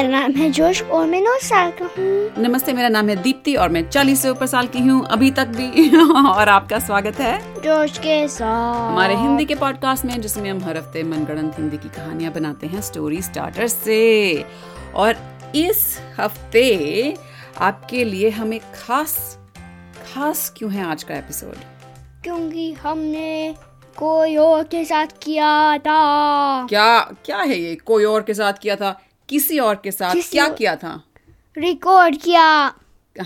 जोश और मैं नौ साल का हूँ नमस्ते मेरा नाम है दीप्ति और मैं चालीस से ऊपर साल की हूँ अभी तक भी और आपका स्वागत है जोश के साथ हमारे हिंदी के पॉडकास्ट में जिसमें हम हर हफ्ते मनगढ़ंत हिंदी की कहानियां बनाते हैं स्टोरी स्टार्टर से और इस हफ्ते आपके लिए हम एक खास खास क्यों है आज का एपिसोड क्योंकि हमने कोई और के साथ किया था क्या क्या है ये कोई और के साथ किया था किसी और के साथ किसी क्या और- किया था रिकॉर्ड किया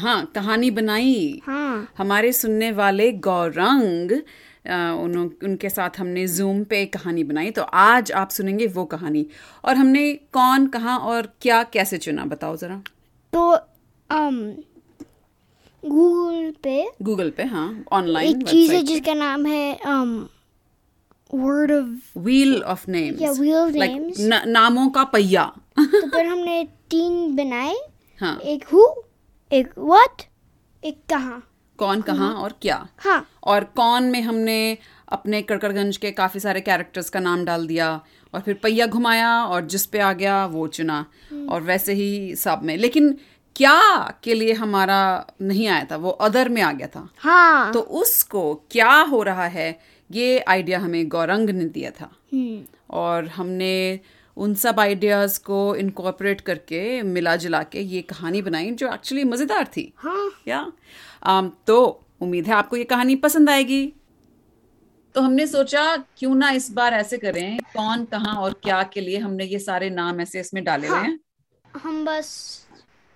हाँ कहानी बनाई हाँ हमारे सुनने वाले गौरंग अ, उन्हों उनके साथ हमने जूम पे एक कहानी बनाई तो आज आप सुनेंगे वो कहानी और हमने कौन कहाँ और क्या कैसे चुना बताओ जरा तो अम गूगल पे गूगल पे हाँ ऑनलाइन एक चीज है जिसका नाम है um, um word of wheel of names या रियल लाइक नेम्स नामों का पहिया तो फिर हमने तीन बनाए हाँ एक हु एक व्हाट एक कहाँ कौन कहाँ और क्या हाँ और कौन में हमने अपने कड़कड़गंज के काफ़ी सारे कैरेक्टर्स का नाम डाल दिया और फिर पहिया घुमाया और जिस पे आ गया वो चुना और वैसे ही सब में लेकिन क्या के लिए हमारा नहीं आया था वो अदर में आ गया था हाँ तो उसको क्या हो रहा है ये आइडिया हमें गौरंग ने दिया था हम्म, और हमने उन सब आइडियाज़ को इनकॉर्पोरेट करके मिला जुला के ये कहानी बनाई जो एक्चुअली मज़ेदार थी हाँ या um, तो उम्मीद है आपको ये कहानी पसंद आएगी तो हमने सोचा क्यों ना इस बार ऐसे करें कौन कहाँ और क्या के लिए हमने ये सारे नाम ऐसे इसमें डाले हुए हैं हम बस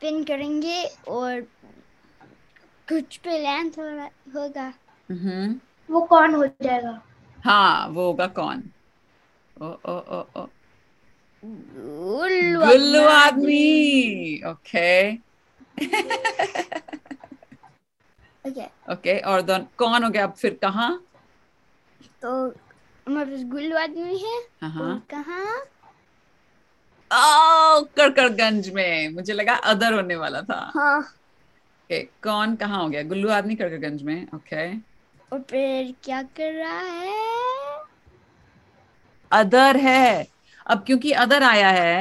पिन करेंगे और कुछ पे लैंड हो रहा होगा हम्म वो कौन हो जाएगा हाँ वो होगा कौन ओ ओ ओ ओ गुल्लू गुल्लू आदमी ओके ओके ओके और दोन- कौन हो गया अब फिर कहाँ तो हमारे पास गुल्लू आदमी है हाँ और हाँ कहाँ ओ कड़कड़गंज में मुझे लगा अदर होने वाला था हाँ ओके कौन कहाँ हो गया गुल्लू आदमी कड़कड़गंज में ओके और फिर क्या कर रहा है अदर है अब क्योंकि अदर आया है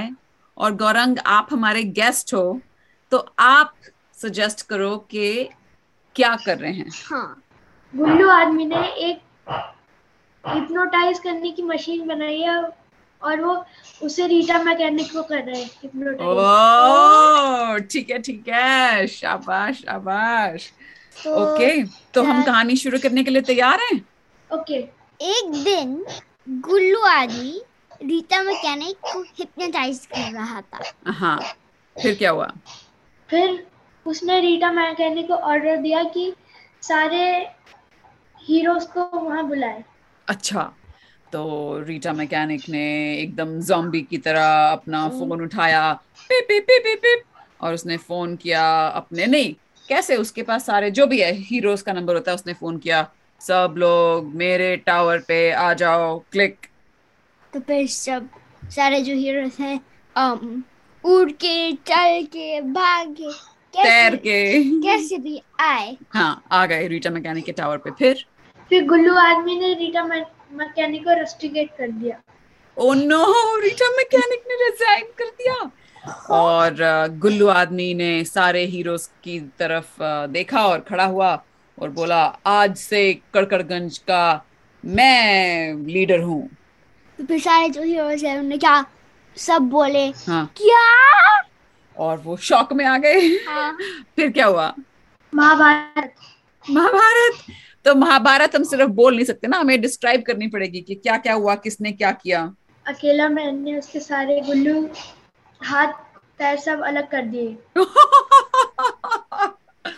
और गौरंग आप हमारे गेस्ट हो तो आप सजेस्ट करो कि क्या कर रहे हैं हाँ गुल्लू आदमी ने एक हिप्नोटाइज करने की मशीन बनाई है और वो उसे रीटा मैकेनिक को कर रहे हैं हिप्नोटाइज ओ ठीक है ठीक है शाबाश शाबाश तो ओके तो हम क्या- कहानी शुरू करने के लिए तैयार हैं ओके एक दिन गुल्लू आदमी रीता मैकेनिक को हिप्नोटाइज कर रहा था हाँ फिर क्या हुआ फिर उसने रीटा मैकेनिक को ऑर्डर दिया कि सारे हीरोज को वहां बुलाए अच्छा तो रीटा मैकेनिक ने एकदम जॉम्बी की तरह अपना फोन उठाया पिप पिप पिप पिप पिप और उसने फोन किया अपने नहीं कैसे उसके पास सारे जो भी है हीरोज का नंबर होता है उसने फोन किया सब लोग मेरे टावर पे आ जाओ क्लिक तो फिर सब सारे जो हीरोज हैं um, अम उड़ के चल के भाग के तैर कैसे के कैसे भी आए हाँ आ गए रीटा मैकेनिक के टावर पे फिर फिर गुल्लू आदमी ने रीटा मैकेनिक को रस्टिकेट कर दिया ओ नो रीटा मैकेनिक ने रिजाइन कर दिया और अ, गुल्लू आदमी ने सारे हीरोज की तरफ अ, देखा और खड़ा हुआ और बोला आज से कड़कड़गंज का मैं लीडर हूँ तो फिर सारे जो हीरोज हैं उन्होंने क्या सब बोले हाँ क्या और वो शौक में आ गए हाँ फिर क्या हुआ महाभारत महाभारत तो महाभारत हम सिर्फ बोल नहीं सकते ना हमें डिस्क्राइब करनी पड़ेगी कि क्या क्या हुआ किसने क्या किया अकेला मैन ने उसके सारे गुल्लू हाथ पैर सब अलग कर दिए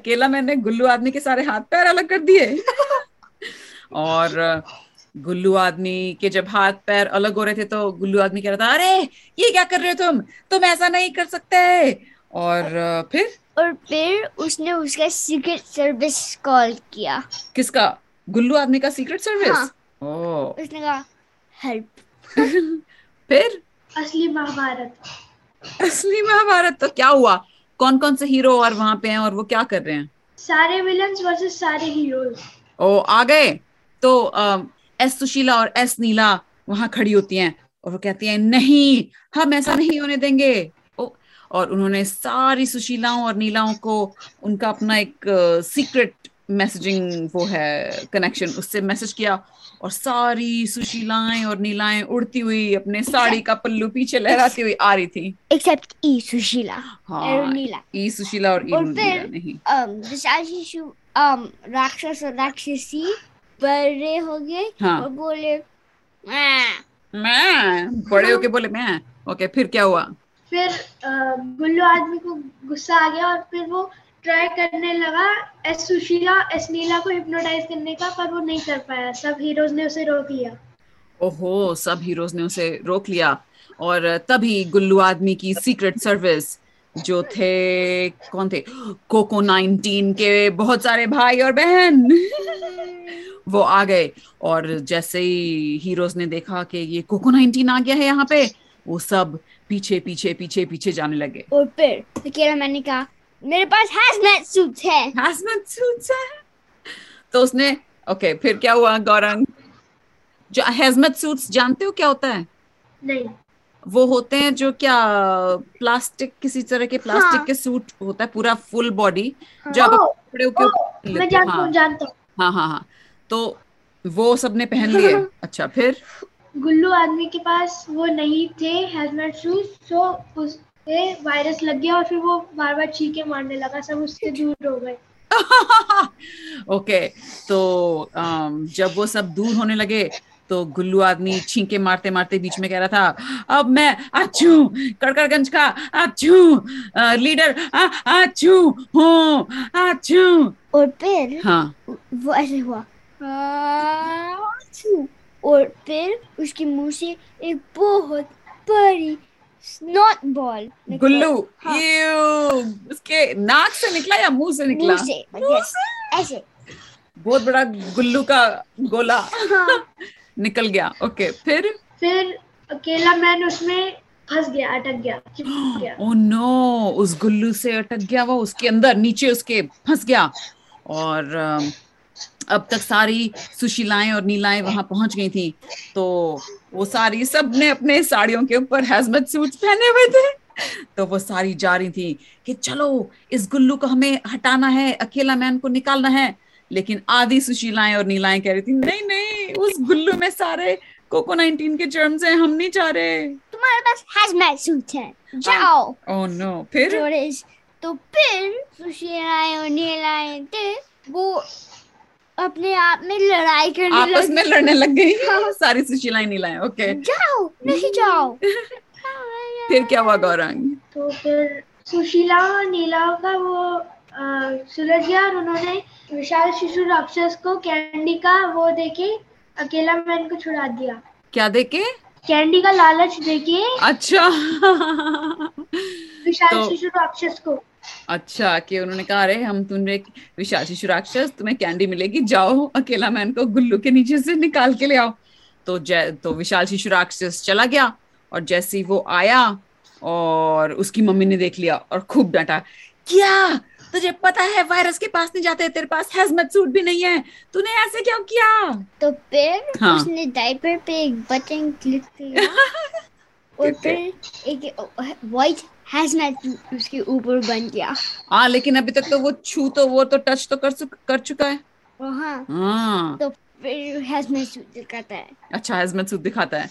अकेला मैंने गुल्लू आदमी के सारे हाथ पैर अलग कर दिए और गुल्लू आदमी के जब हाथ पैर अलग हो रहे थे तो गुल्लू आदमी कह रहा था अरे ये क्या कर रहे हो तुम तुम ऐसा नहीं कर सकते और फिर और फिर उसने उसका सीक्रेट सर्विस कॉल किया किसका गुल्लू आदमी का सीक्रेट सर्विस हाँ। ओ उसने कहा हेल्प फिर असली महाभारत असली महाभारत तो क्या हुआ कौन कौन से हीरो और वहां पे हैं और वो क्या कर रहे हैं सारे विलन्स वर्सेस सारे हीरोज ओ आ गए तो अम, एस सुशीला और एस नीला वहां खड़ी होती हैं और वो कहती हैं नहीं हम ऐसा नहीं होने देंगे ओ और उन्होंने सारी सुशीलाओं और नीलाओं को उनका अपना एक सीक्रेट मैसेजिंग वो है कनेक्शन उससे मैसेज किया और सारी सुशीलाएं और नीलाएं उड़ती हुई अपने साड़ी का पल्लू पीछे लहराती हुई आ रही थी except E Sushila हाँ Arunila. ई सुशीला और ई और नीला फिर- नहीं Um, Dasashi Shu um राक्षस और राक्षसी बड़े हो गए और हाँ बोले "Ah." मैं बड़े होके बोले मैं ओके फिर क्या हुआ फिर अ, गुल्लू आदमी को गुस्सा आ गया और फिर वो ट्राई करने लगा एस सुशीला एस नीला को हिप्नोटाइज करने का पर वो नहीं कर पाया सब हीरोज ने उसे रोक लिया ओहो सब हीरोज ने उसे रोक लिया और तभी गुल्लू आदमी की सीक्रेट सर्विस जो थे कौन थे कोको 19 के बहुत सारे भाई और बहन वो आ गए और जैसे ही हीरोज ने देखा कि ये कोको 19 आ गया है यहाँ पे वो सब पीछे पीछे पीछे पीछे जाने लगे और फिर तो अकेला मैंने कहा मेरे पास hazmat suits है Hazmat suits है तो उसने ओके फिर क्या हुआ गौरंग जो हेजमत सूट्स जानते हो क्या होता है नहीं वो होते हैं जो क्या प्लास्टिक किसी तरह के प्लास्टिक हाँ। के सूट होता है पूरा फुल बॉडी हाँ। जो आप ओ, कपड़े के ऊपर पहन मैं लेते हो। जानता हूँ हाँ जानता हूँ हाँ हाँ हाँ तो वो सबने पहन लिए अच्छा फिर गुल्लू आदमी के पास वो नहीं थे हेलमेट शूज तो उसे वायरस लग गया और फिर वो बार बार छीके मारने लगा सब उससे दूर हो गए ओके तो अम, जब वो सब दूर होने लगे तो गुल्लू आदमी छींके मारते मारते बीच में कह रहा था अब मैं अच्छू कड़कड़गंज का अच्छू अ, लीडर अ, अच्छू हूँ अच्छू और फिर हाँ वो ऐसे हुआ आछू। और फिर उसके मुंह से एक बहुत बड़ी स्नॉट बॉल निकली। गुल्लू हाँ। यू उसके नाक से निकला या मुंह से निकला मुंह से मुंह yes, से? ऐसे बहुत बड़ा गुल्लू का गोला हाँ निकल गया ओके फिर फिर अकेला मैन उसमें फंस गया अटक गया चिपक गया ओ नो Oh उस गुल्लू से अटक गया वो उसके अंदर नीचे उसके फंस गया और अम, अब तक सारी सुशीलाएं और नीलाएं वहां पहुंच गई थी तो वो सारी सब ने अपने साड़ियों के ऊपर हैजमत सूट्स पहने हुए थे तो वो सारी जा रही थी कि चलो इस गुल्लू को हमें हटाना है अकेला मैन को निकालना है लेकिन आधी सुशीलाएं और नीलाएं कह रही थी नहीं नहीं उस गुल्लू में सारे कोको 19 के जर्म्स हैं हम नहीं जा रहे तुम्हारे पास हैजमैट सूट है जाओ ओह नो हाँ, फिर फ्लोरेस तो फिर सुशीलाएं और नीलाएं थे वो अपने आप में लड़ाई करने आपस लगी में लड़ने लग गई सारी सुशीलाएं नीलाएं ओके जाओ नहीं जाओ फिर क्या हुआ गौरंग तो फिर सुशीला और नीला का वो अ, सुलझ गया और उन्होंने विशाल शिशु राक्षस को कैंडी का वो देके अकेला मैन को छुड़ा दिया क्या देखे कैंडी का लालच देके अच्छा विशाल तो- शिशु राक्षस को अच्छा कि उन्होंने कहा अरे हम तुम्हें विशाल शिशु राक्षस तुम्हें कैंडी मिलेगी जाओ अकेला मैन को गुल्लू के नीचे से निकाल के ले आओ तो जय तो विशाल शिशु राक्षस चला गया और जैसे ही वो आया और उसकी मम्मी ने देख लिया और खूब डांटा क्या तुझे पता है वायरस के पास नहीं जाते तेरे पास हेजमत सूट भी नहीं है तूने ऐसे क्यों किया तो फिर हाँ। उसने डायपर पे एक बटन क्लिक किया और ठीक है। फिर एक वाइट हैजमैट उसके ऊपर बन गया हाँ लेकिन अभी तक तो वो छू तो वो तो टच तो कर सुक- कर चुका है और हाँ हाँ तो फिर हैजमैट सूट दिखाता है अच्छा हेजमत सूट दिखाता है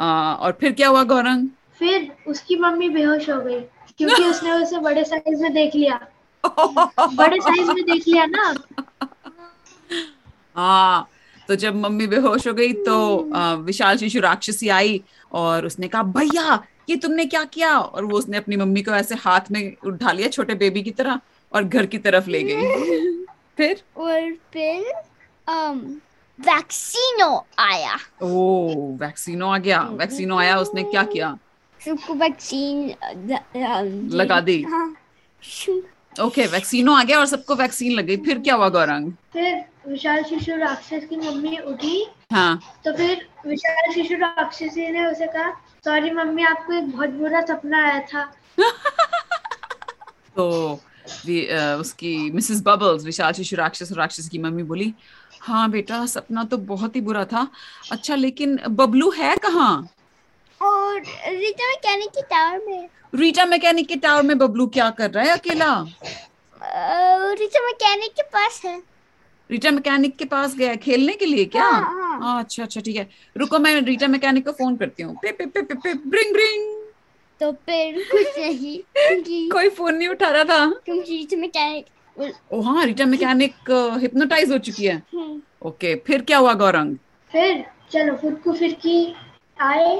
आ, और फिर क्या हुआ गौरंग फिर उसकी मम्मी बेहोश हो गई क्योंकि उसने उसे बड़े साइज में देख लिया बड़े साइज में देख लिया ना हाँ तो जब मम्मी बेहोश हो गई तो आ, विशाल शिशु राक्षसी आई और उसने कहा भैया ये तुमने क्या किया और वो उसने अपनी मम्मी को ऐसे हाथ में उठा लिया छोटे बेबी की तरह और घर की तरफ ले गई फिर और फिर अम वैक्सीनो आया ओ वैक्सीनो आ गया वैक्सीनो आया उसने क्या किया सबको um, वैक्सीन अ, द- अम, लगा दी हाँ शू- ओके वैक्सीनो आ गया और सबको वैक्सीन लग गई फिर क्या हुआ गौरंग फिर विशाल शिशु राक्षस की मम्मी उठी हाँ तो फिर विशाल शिशु राक्षसी ने उसे कहा सॉरी मम्मी आपको एक बहुत बुरा सपना आया था तो वे- अ, उसकी मिसेस बबल्स विशाल शिशु राक्षस और राक्षस की मम्मी बोली हाँ बेटा सपना तो बहुत ही बुरा था अच्छा लेकिन बबलू है कहाँ और रीता मैकेनिक के टावर में है। रीटा मैकेनिक के टावर में बबलू क्या कर रहा है अकेला अ, रीता मैकेनिक uh, के पास है रीटा मैकेनिक के पास गया है खेलने के लिए क्या हाँ, हाँ। हाँ, अच्छा अच्छा ठीक है रुको मैं रीटा मैकेनिक को फोन करती हूँ पिप पिप पिप पिप पिप, रिंग रिंग तो फिर कुछ नहीं क्योंकि कोई फोन नहीं उठा रहा था क्योंकि रीता मैकेनिक ओ हाँ रीटा मैकेनिक हिप्नोटाइज हो चुकी है हम्म, ओके फिर क्या हुआ गौरंग फिर चलो फुटकू फिरकी आए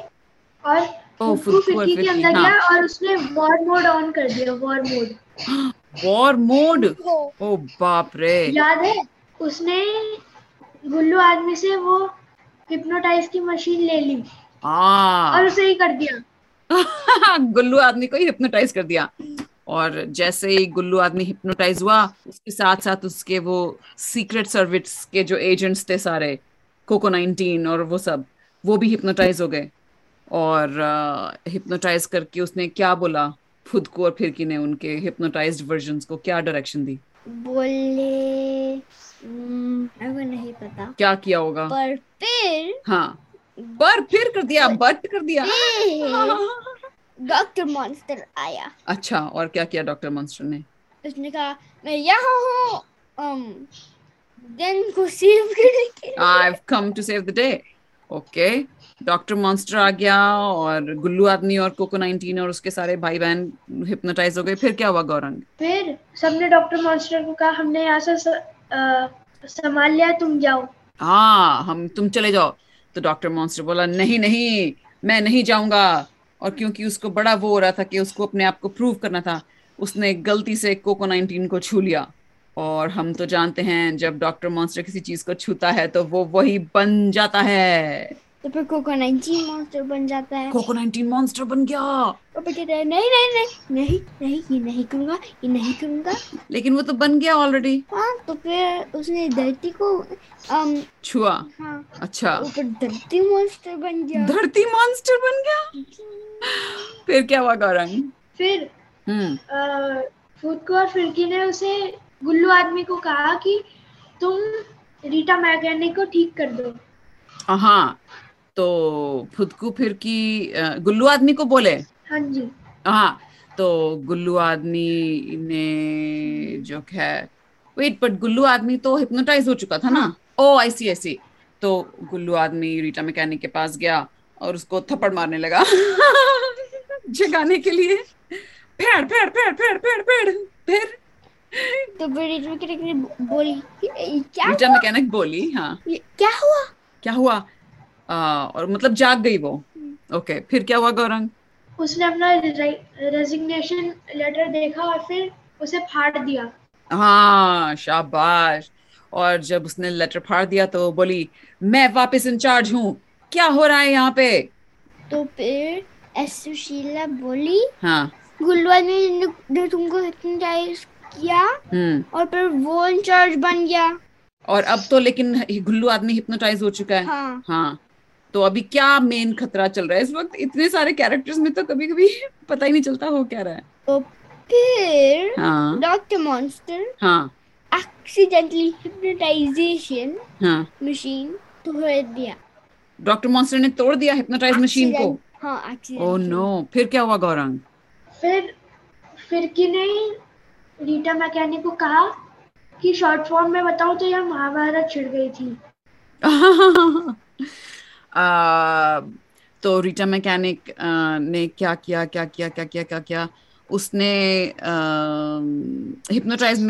और ओ, फुटकू फुटकू और फिरकी के फिरकी, अंदर हाँ। गया और उसने वॉर मोड ऑन कर दिया वॉर मोड वॉर मोड वो ओ बाप रे याद है उसने गुल्लू आदमी से वो हिप्नोटाइज की मशीन ले ली और आ उसे ही कर दिया गुल्लू आदमी को ही हिप्नोटाइज कर दिया और जैसे ही गुल्लू आदमी हिप्नोटाइज हुआ उसके साथ साथ उसके वो सीक्रेट सर्विस के जो एजेंट्स थे सारे कोको नाइनटीन और वो सब वो भी हिप्नोटाइज हो गए और हिप्नोटाइज करके उसने क्या बोला खुद को और फिरकी ने उनके हिप्नोटाइज्ड वर्जन्स को क्या डायरेक्शन दी बोले हम्म, मेरे को नहीं पता क्या किया होगा पर फिर हाँ पर फिर कर दिया बट कर दिया फिर डॉक्टर मॉन्स्टर आया अच्छा और क्या किया डॉक्टर मॉन्स्टर ने उसने कहा मैं यहाँ हूँ um, दिन को सेव करने के लिए I've come to save the day. Okay doctor monster आ गया और गुल्लू आदमी और कोको 19 और उसके सारे भाई बहन हिप्नोटाइज हो गए फिर क्या हुआ गौरंग फिर सबने डॉक्टर मॉन्स्टर को कहा हमने यहाँ से स- अ, संभाल लिया तुम जाओ हाँ हम तुम चले जाओ तो डॉक्टर मॉन्स्टर बोला नहीं नहीं मैं नहीं जाऊंगा और क्योंकि उसको बड़ा वो हो रहा था कि उसको अपने आप को प्रूव करना था उसने गलती से कोको 19 को छू लिया और हम तो जानते हैं जब डॉक्टर मॉन्स्टर किसी चीज को छूता है तो वो वही बन जाता है तो फिर कोको 19 मॉन्स्टर बन जाता है कोको 19 मॉन्स्टर बन गया तो फिर कहता है नहीं नहीं नहीं नहीं नहीं ये नहीं करूँगा ये नहीं करूँगा लेकिन वो तो बन गया ऑलरेडी हाँ तो फिर उसने धरती को um, छुआ हाँ अच्छा ऊपर धरती मॉन्स्टर बन गया धरती मॉन्स्टर बन गया फिर क्या हुआ गौरंग फिर हम्म अ, फुटकू और फिरकी ने उसे गुल्लू आदमी को कहा कि तुम रीटा मैकेनिक को ठीक कर दो हाँ तो फुदकू फिरकी अ, गुल्लू आदमी को बोले हाँ जी हाँ तो गुल्लू आदमी ने जो है वेट बट गुल्लू आदमी तो हिप्नोटाइज हो चुका था ना Oh, ओ आई सी आई सी तो गुल्लू आदमी रीटा मैकेनिक के पास गया और उसको थप्पड़ मारने लगा जगाने के लिए फेड़ फेड़ फेड़ फेड़ फेड़ फेड़ फिर तो फिर रिटू के ने बोली "ये क्या रीटा मैकेनिक बोली हाँ ये क्या हुआ क्या हुआ आ, और मतलब जाग गई वो ओके फिर क्या हुआ गौरंग उसने अपना रेजिग्नेशन लेटर देखा और फिर उसे फाड़ दिया हाँ शाबाश और जब उसने लेटर फाड़ दिया तो बोली मैं वापस इंचार्ज हूँ क्या हो रहा है यहाँ पे तो फिर सुशीला बोली हाँ गुल्लू आदमी ने जो तुमको हिप्नोटाइज किया हम्म और फिर वो इंचार्ज बन गया और अब तो लेकिन गुल्लू आदमी हिप्नोटाइज हो चुका है हाँ हाँ तो अभी क्या मेन खतरा चल रहा है इस वक्त इतने सारे कैरेक्टर्स में तो कभी कभी पता ही नहीं चलता हो क्या रहा है तो फिर हाँ डॉक्टर मॉन्स्टर हाँ एक्सीडेंटली हिप्नोटाइजेशन हाँ मशीन तोड़ दिया डॉक्टर मॉन्स्टर ने तोड़ दिया हिप्नोटाइज मशीन को Accident- हाँ एक्सीडेंट ओह नो फिर क्या हुआ गौरंग फिर फिरकी ने रीटा मैकेनिक को कहा कि शॉर्ट फॉर्म में बताऊं तो यह महाभारत छिड़ गई थी आ, Uh, तो रीटा मैकेनिक ने क्या किया क्या किया क्या किया क्या किया उसने um, हिप्नोटाइज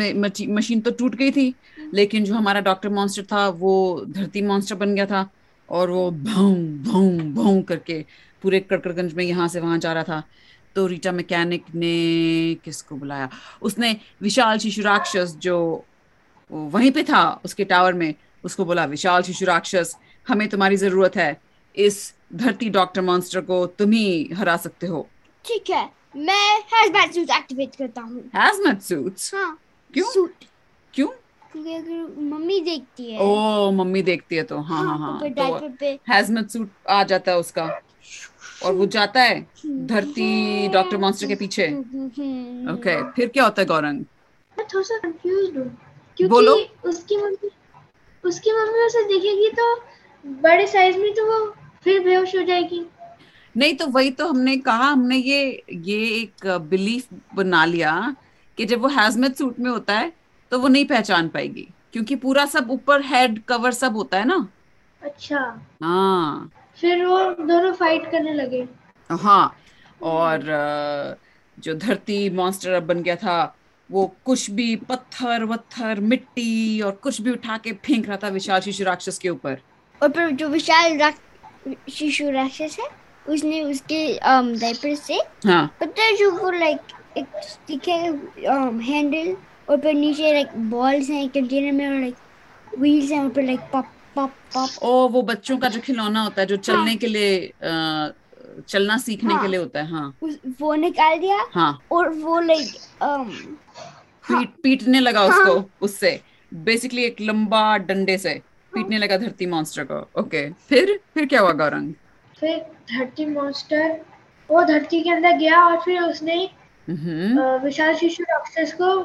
मशीन तो टूट गई थी लेकिन जो हमारा डॉक्टर मॉन्स्टर था वो धरती मॉन्स्टर बन गया था और वो भौं भौं भौं करके पूरे कड़कड़गंज में यहाँ से वहाँ जा रहा था तो रीटा मैकेनिक ने किसको बुलाया उसने विशाल शिशु राक्षस जो वहीं पे था उसके टावर में उसको बोला विशाल शिशु राक्षस हमें तुम्हारी जरूरत है इस धरती डॉक्टर मॉन्स्टर को तुम ही हरा सकते हो ठीक है मैं हैजबैट सूट एक्टिवेट करता हूँ हैजमैट सूट्स हाँ क्यों? सूट क्यों क्योंकि अगर मम्मी देखती है ओ मम्मी देखती है तो हाँ हाँ तो हाँ फिर तो diaper पे हैजमैट सूट आ जाता है उसका और वो जाता है धरती हम्म, डॉक्टर मॉन्स्टर के पीछे ओके फिर क्या होता है गौरंग मैं थोड़ा सा कंफ्यूज हूँ क्योंकि बोलो। उसकी मम्मी उसकी मम्मी उसे देखेगी तो बड़े साइज में तो वो फिर बेहोश हो जाएगी नहीं तो वही तो हमने कहा हमने ये ये एक बिलीफ बना लिया कि जब वो हैजमेट सूट में होता है तो वो नहीं पहचान पाएगी क्योंकि पूरा सब ऊपर हेड कवर सब होता है ना अच्छा हाँ फिर वो दोनों फाइट करने लगे हाँ और अ, जो धरती मॉन्स्टर अब बन गया था वो कुछ भी पत्थर वत्थर मिट्टी और कुछ भी उठा के फेंक रहा था विशाल शिशु राक्षस के ऊपर और फिर जो विशाल राक- शिशु राक्षस है उसने उसके डायपर से हाँ पता है जो वो लाइक एक स्टिक है हैंडल और फिर नीचे लाइक बॉल्स हैं कंटेनर में और लाइक व्हील्स हैं और फिर लाइक पॉप पॉप पॉप ओ वो बच्चों का जो खिलौना होता है जो चलने के लिए अ, चलना सीखने के हाँ। लिए होता है हाँ उस वो निकाल दिया हाँ और वो um, लाइक पीट पीटने लगा हाँ। उसको उससे बेसिकली एक लंबा डंडे से पीटने लगा धरती मॉन्स्टर को ओके फिर फिर क्या हुआ गौरंग फिर धरती मॉन्स्टर वो धरती के अंदर गया और फिर उसने हम्म अ, विशाल शिशु राक्षस को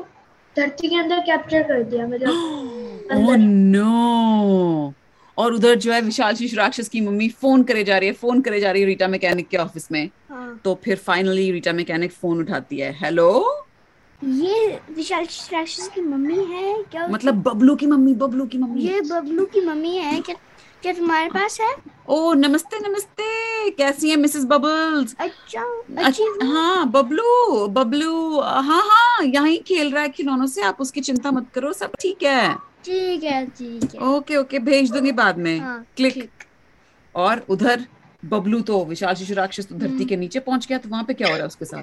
धरती के अंदर कैप्चर कर दिया Oh, मतलब ओह नो और उधर जो है विशाल शिशु राक्षस की मम्मी फोन करे जा रही है फोन करे जा रही है रीटा मैकेनिक के ऑफिस में हाँ तो फिर फाइनली रीटा मैकेनिक फोन उठाती है हेलो ये विशाल शिशु राक्षस की मम्मी है क्या मतलब बबलू की मम्मी बबलू की मम्मी ये बबलू की मम्मी है क्या क्या तुम्हारे पास है ओ Oh, नमस्ते नमस्ते कैसी है मिसेस बबल्स अच्छा अच्छी अच्छा, हाँ बबलू बबलू हाँ हाँ यहाँ खेल रहा है खिलौनों से आप उसकी चिंता मत करो सब ठीक है ठीक है ठीक है ओके ओके भेज दूंगी बाद में हाँ, क्लिक और उधर बबलू तो विशाल शिशु राक्षस तो धरती के नीचे पहुंच गया तो वहां पे क्या हो रहा है उसके साथ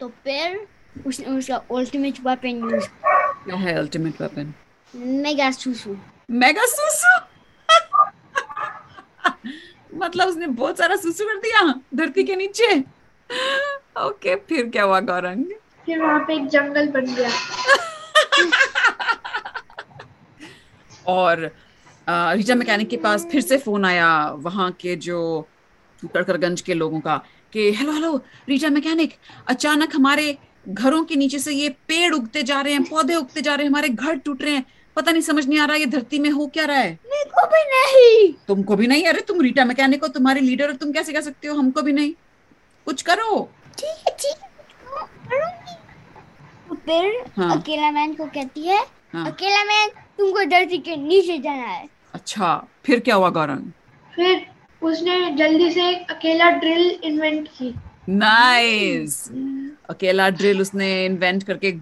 तो फिर उसने उसका अल्टीमेट वेपन यूज क्या है अल्टीमेट वेपन मेगा सुसु मेगा सुसु मतलब उसने बहुत सारा सुसु कर दिया धरती के नीचे ओके फिर क्या हुआ गौरंग फिर वहां पे एक जंगल बन गया और अ, रीटा मैकेनिक के पास फिर से फोन आया वहाँ के जो कड़करगंज के लोगों का कि हेलो हेलो रीटा मैकेनिक अचानक हमारे घरों के नीचे से ये पेड़ उगते जा रहे हैं पौधे उगते जा रहे हैं हमारे घर टूट रहे हैं पता नहीं समझ नहीं आ रहा ये धरती में हो क्या रहा है मेरे को भी नहीं तुमको भी नहीं अरे तुम रीटा मैकेनिक हो तुम्हारे लीडर हो तुम कैसे कह सकते हो हमको भी नहीं कुछ करो ठीक है ठीक है पढ़ूंगी तो फिर हाँ। अकेला मैन को कहती है हाँ अकेला मैन तुमको धरती के नीचे जाना है अच्छा फिर क्या हुआ गौरंग फिर उसने जल्दी से एक अकेला ड्रिल इन्वेंट की नाइस अकेला ड्रिल उसने इन्वेंट करके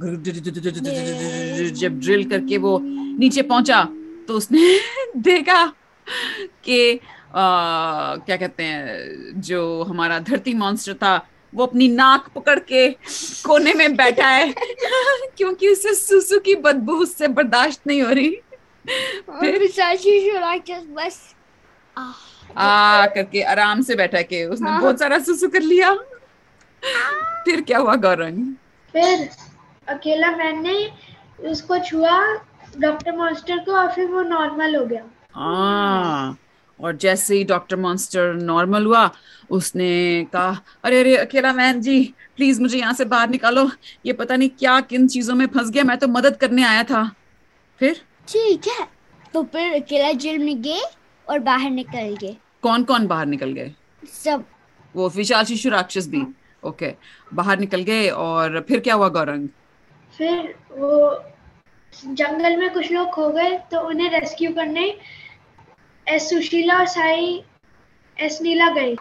जब ड्रिल करके वो नीचे पहुंचा तो उसने देखा कि अ, क्या कहते हैं जो हमारा धरती मॉन्स्टर था वो अपनी नाक पकड़ के कोने में बैठा है क्योंकि उसे सुसु की बदबू उससे बर्दाश्त नहीं हो रही और विशाल शिशु राक्षस बस आह, आ करके आराम से बैठा है कि उसने हाँ। बहुत सारा सुसु कर लिया फिर क्या हुआ गौरंग फिर अकेला मैन ने उसको छुआ डॉक्टर मॉन्स्टर को और फिर वो नॉर्मल हो गया हाँ और जैसे ही डॉक्टर मॉन्स्टर नॉर्मल हुआ उसने कहा अरे अरे अकेला मैन जी प्लीज मुझे यहाँ से बाहर निकालो ये पता नहीं क्या किन चीजों में फंस गया मैं तो मदद करने आया था फिर ठीक है तो फिर अकेला जेल में गए और बाहर निकल गए कौन कौन बाहर निकल गए सब वो विशाल शिशु राक्षस भी ओके बाहर निकल गए और फिर क्या हुआ गौरंग फिर वो जंगल में कुछ लोग खो गए तो उन्हें रेस्क्यू करने एस सुशीला और साई एस नीला गए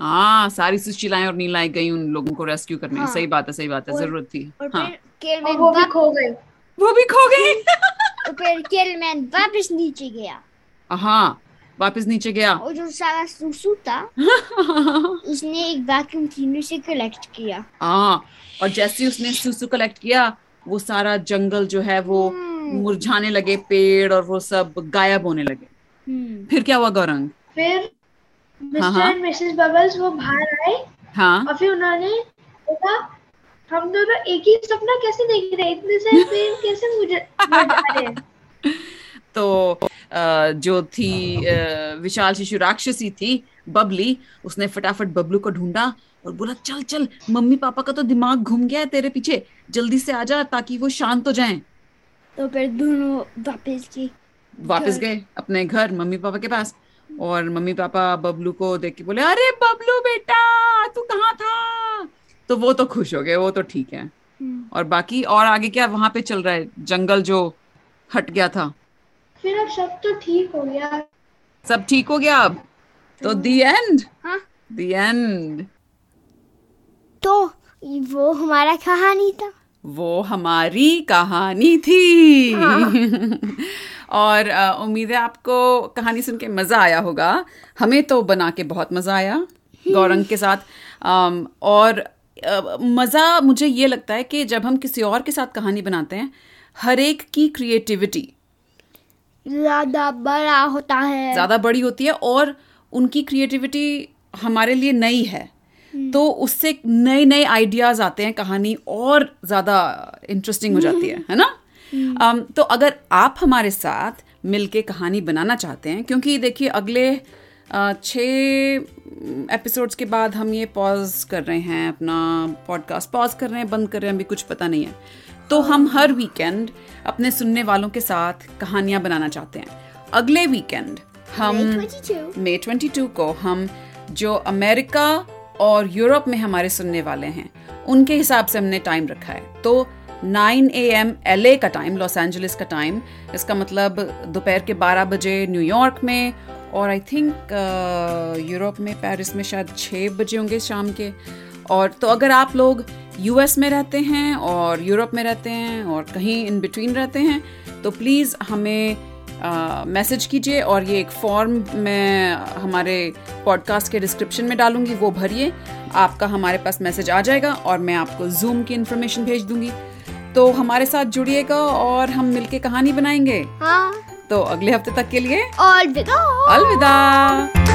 हाँ सारी सुशीलाएं और नीलाएं गई उन लोगों को रेस्क्यू करने हाँ। सही बात है सही बात है और- जरूरत थी और हाँ फिर अकेला और मैन वो भी वाप- खो गए वो भी खो गई और फिर अकेला मैन वापस नीचे गया हाँ वापस नीचे गया और जो सारा सुसु था उसने एक वैक्यूम क्लीनर से कलेक्ट किया हाँ और जैसे ही उसने सुसु कलेक्ट किया वो सारा जंगल जो है वो हम्म, मुरझाने लगे पेड़ और वो सब गायब होने लगे हम्म, फिर क्या हुआ गौरंग फिर हाँ, मिस्टर हाँ। एंड मिसेस बबल्स वो बाहर आए हाँ और फिर उन्होंने देखा हम दोनों एक ही सपना कैसे देख रहे हैं इतने सारे पेड़ कैसे मुझे रहे हैं तो अ, जो थी अ, विशाल शिशु राक्षसी थी बबली उसने फटाफट बबलू को ढूंढा और बोला चल चल मम्मी पापा का तो दिमाग घूम गया है तेरे पीछे जल्दी से आ जा ताकि वो शांत हो जाएं तो फिर दोनों वापस गए वापस घर। गए अपने घर मम्मी पापा के पास और मम्मी पापा बबलू को देख के बोले अरे बबलू बेटा तू कहाँ था तो वो तो खुश हो गए वो तो ठीक है हम्म, और बाकी और आगे क्या वहां पे चल रहा है जंगल जो हट गया था फिर अब सब तो ठीक हो गया सब ठीक हो गया अब तो दी एंड हाँ दी एंड तो वो हमारा कहानी था वो हमारी कहानी थी और अ, उम्मीद है आपको कहानी सुन के मज़ा आया होगा हमें तो बना के बहुत मज़ा आया गौरंग के साथ अम, और मज़ा मुझे ये लगता है कि जब हम किसी और के साथ कहानी बनाते हैं हर एक की क्रिएटिविटी Da, ज्यादा बड़ा होता है ज़्यादा बड़ी होती है और उनकी क्रिएटिविटी हमारे लिए नई है तो उससे नए नए आइडियाज आते हैं कहानी और ज़्यादा इंटरेस्टिंग हो जाती है है ना अम, तो अगर आप हमारे साथ मिलके कहानी बनाना चाहते हैं क्योंकि देखिए अगले अ, छः एपिसोड्स के बाद हम ये पॉज कर रहे हैं अपना पॉडकास्ट पॉज कर रहे हैं बंद कर रहे हैं अभी कुछ पता नहीं है तो हम हर वीकेंड अपने सुनने वालों के साथ कहानियां बनाना चाहते हैं अगले वीकेंड हम मई 22 को हम जो अमेरिका और यूरोप में हमारे सुनने वाले हैं उनके हिसाब से हमने टाइम रखा है तो 9 ए एम एल का time Los Angeles time इसका मतलब दोपहर के 12 बजे न्यूयॉर्क में और आई थिंक यूरोप में पेरिस में शायद 6 बजे होंगे शाम के और तो अगर आप लोग यूएस में रहते हैं और यूरोप में रहते हैं और कहीं इन बिटवीन रहते हैं तो प्लीज़ हमें मैसेज कीजिए और ये एक फॉर्म मैं हमारे पॉडकास्ट के डिस्क्रिप्शन में डालूंगी वो भरिए आपका हमारे पास मैसेज आ जाएगा और मैं आपको जूम की इन्फॉर्मेशन भेज दूंगी तो हमारे साथ जुड़िएगा और हम मिलके कहानी बनाएंगे हाँ तो अगले हफ्ते तक के लिए da, और विदा अलविदा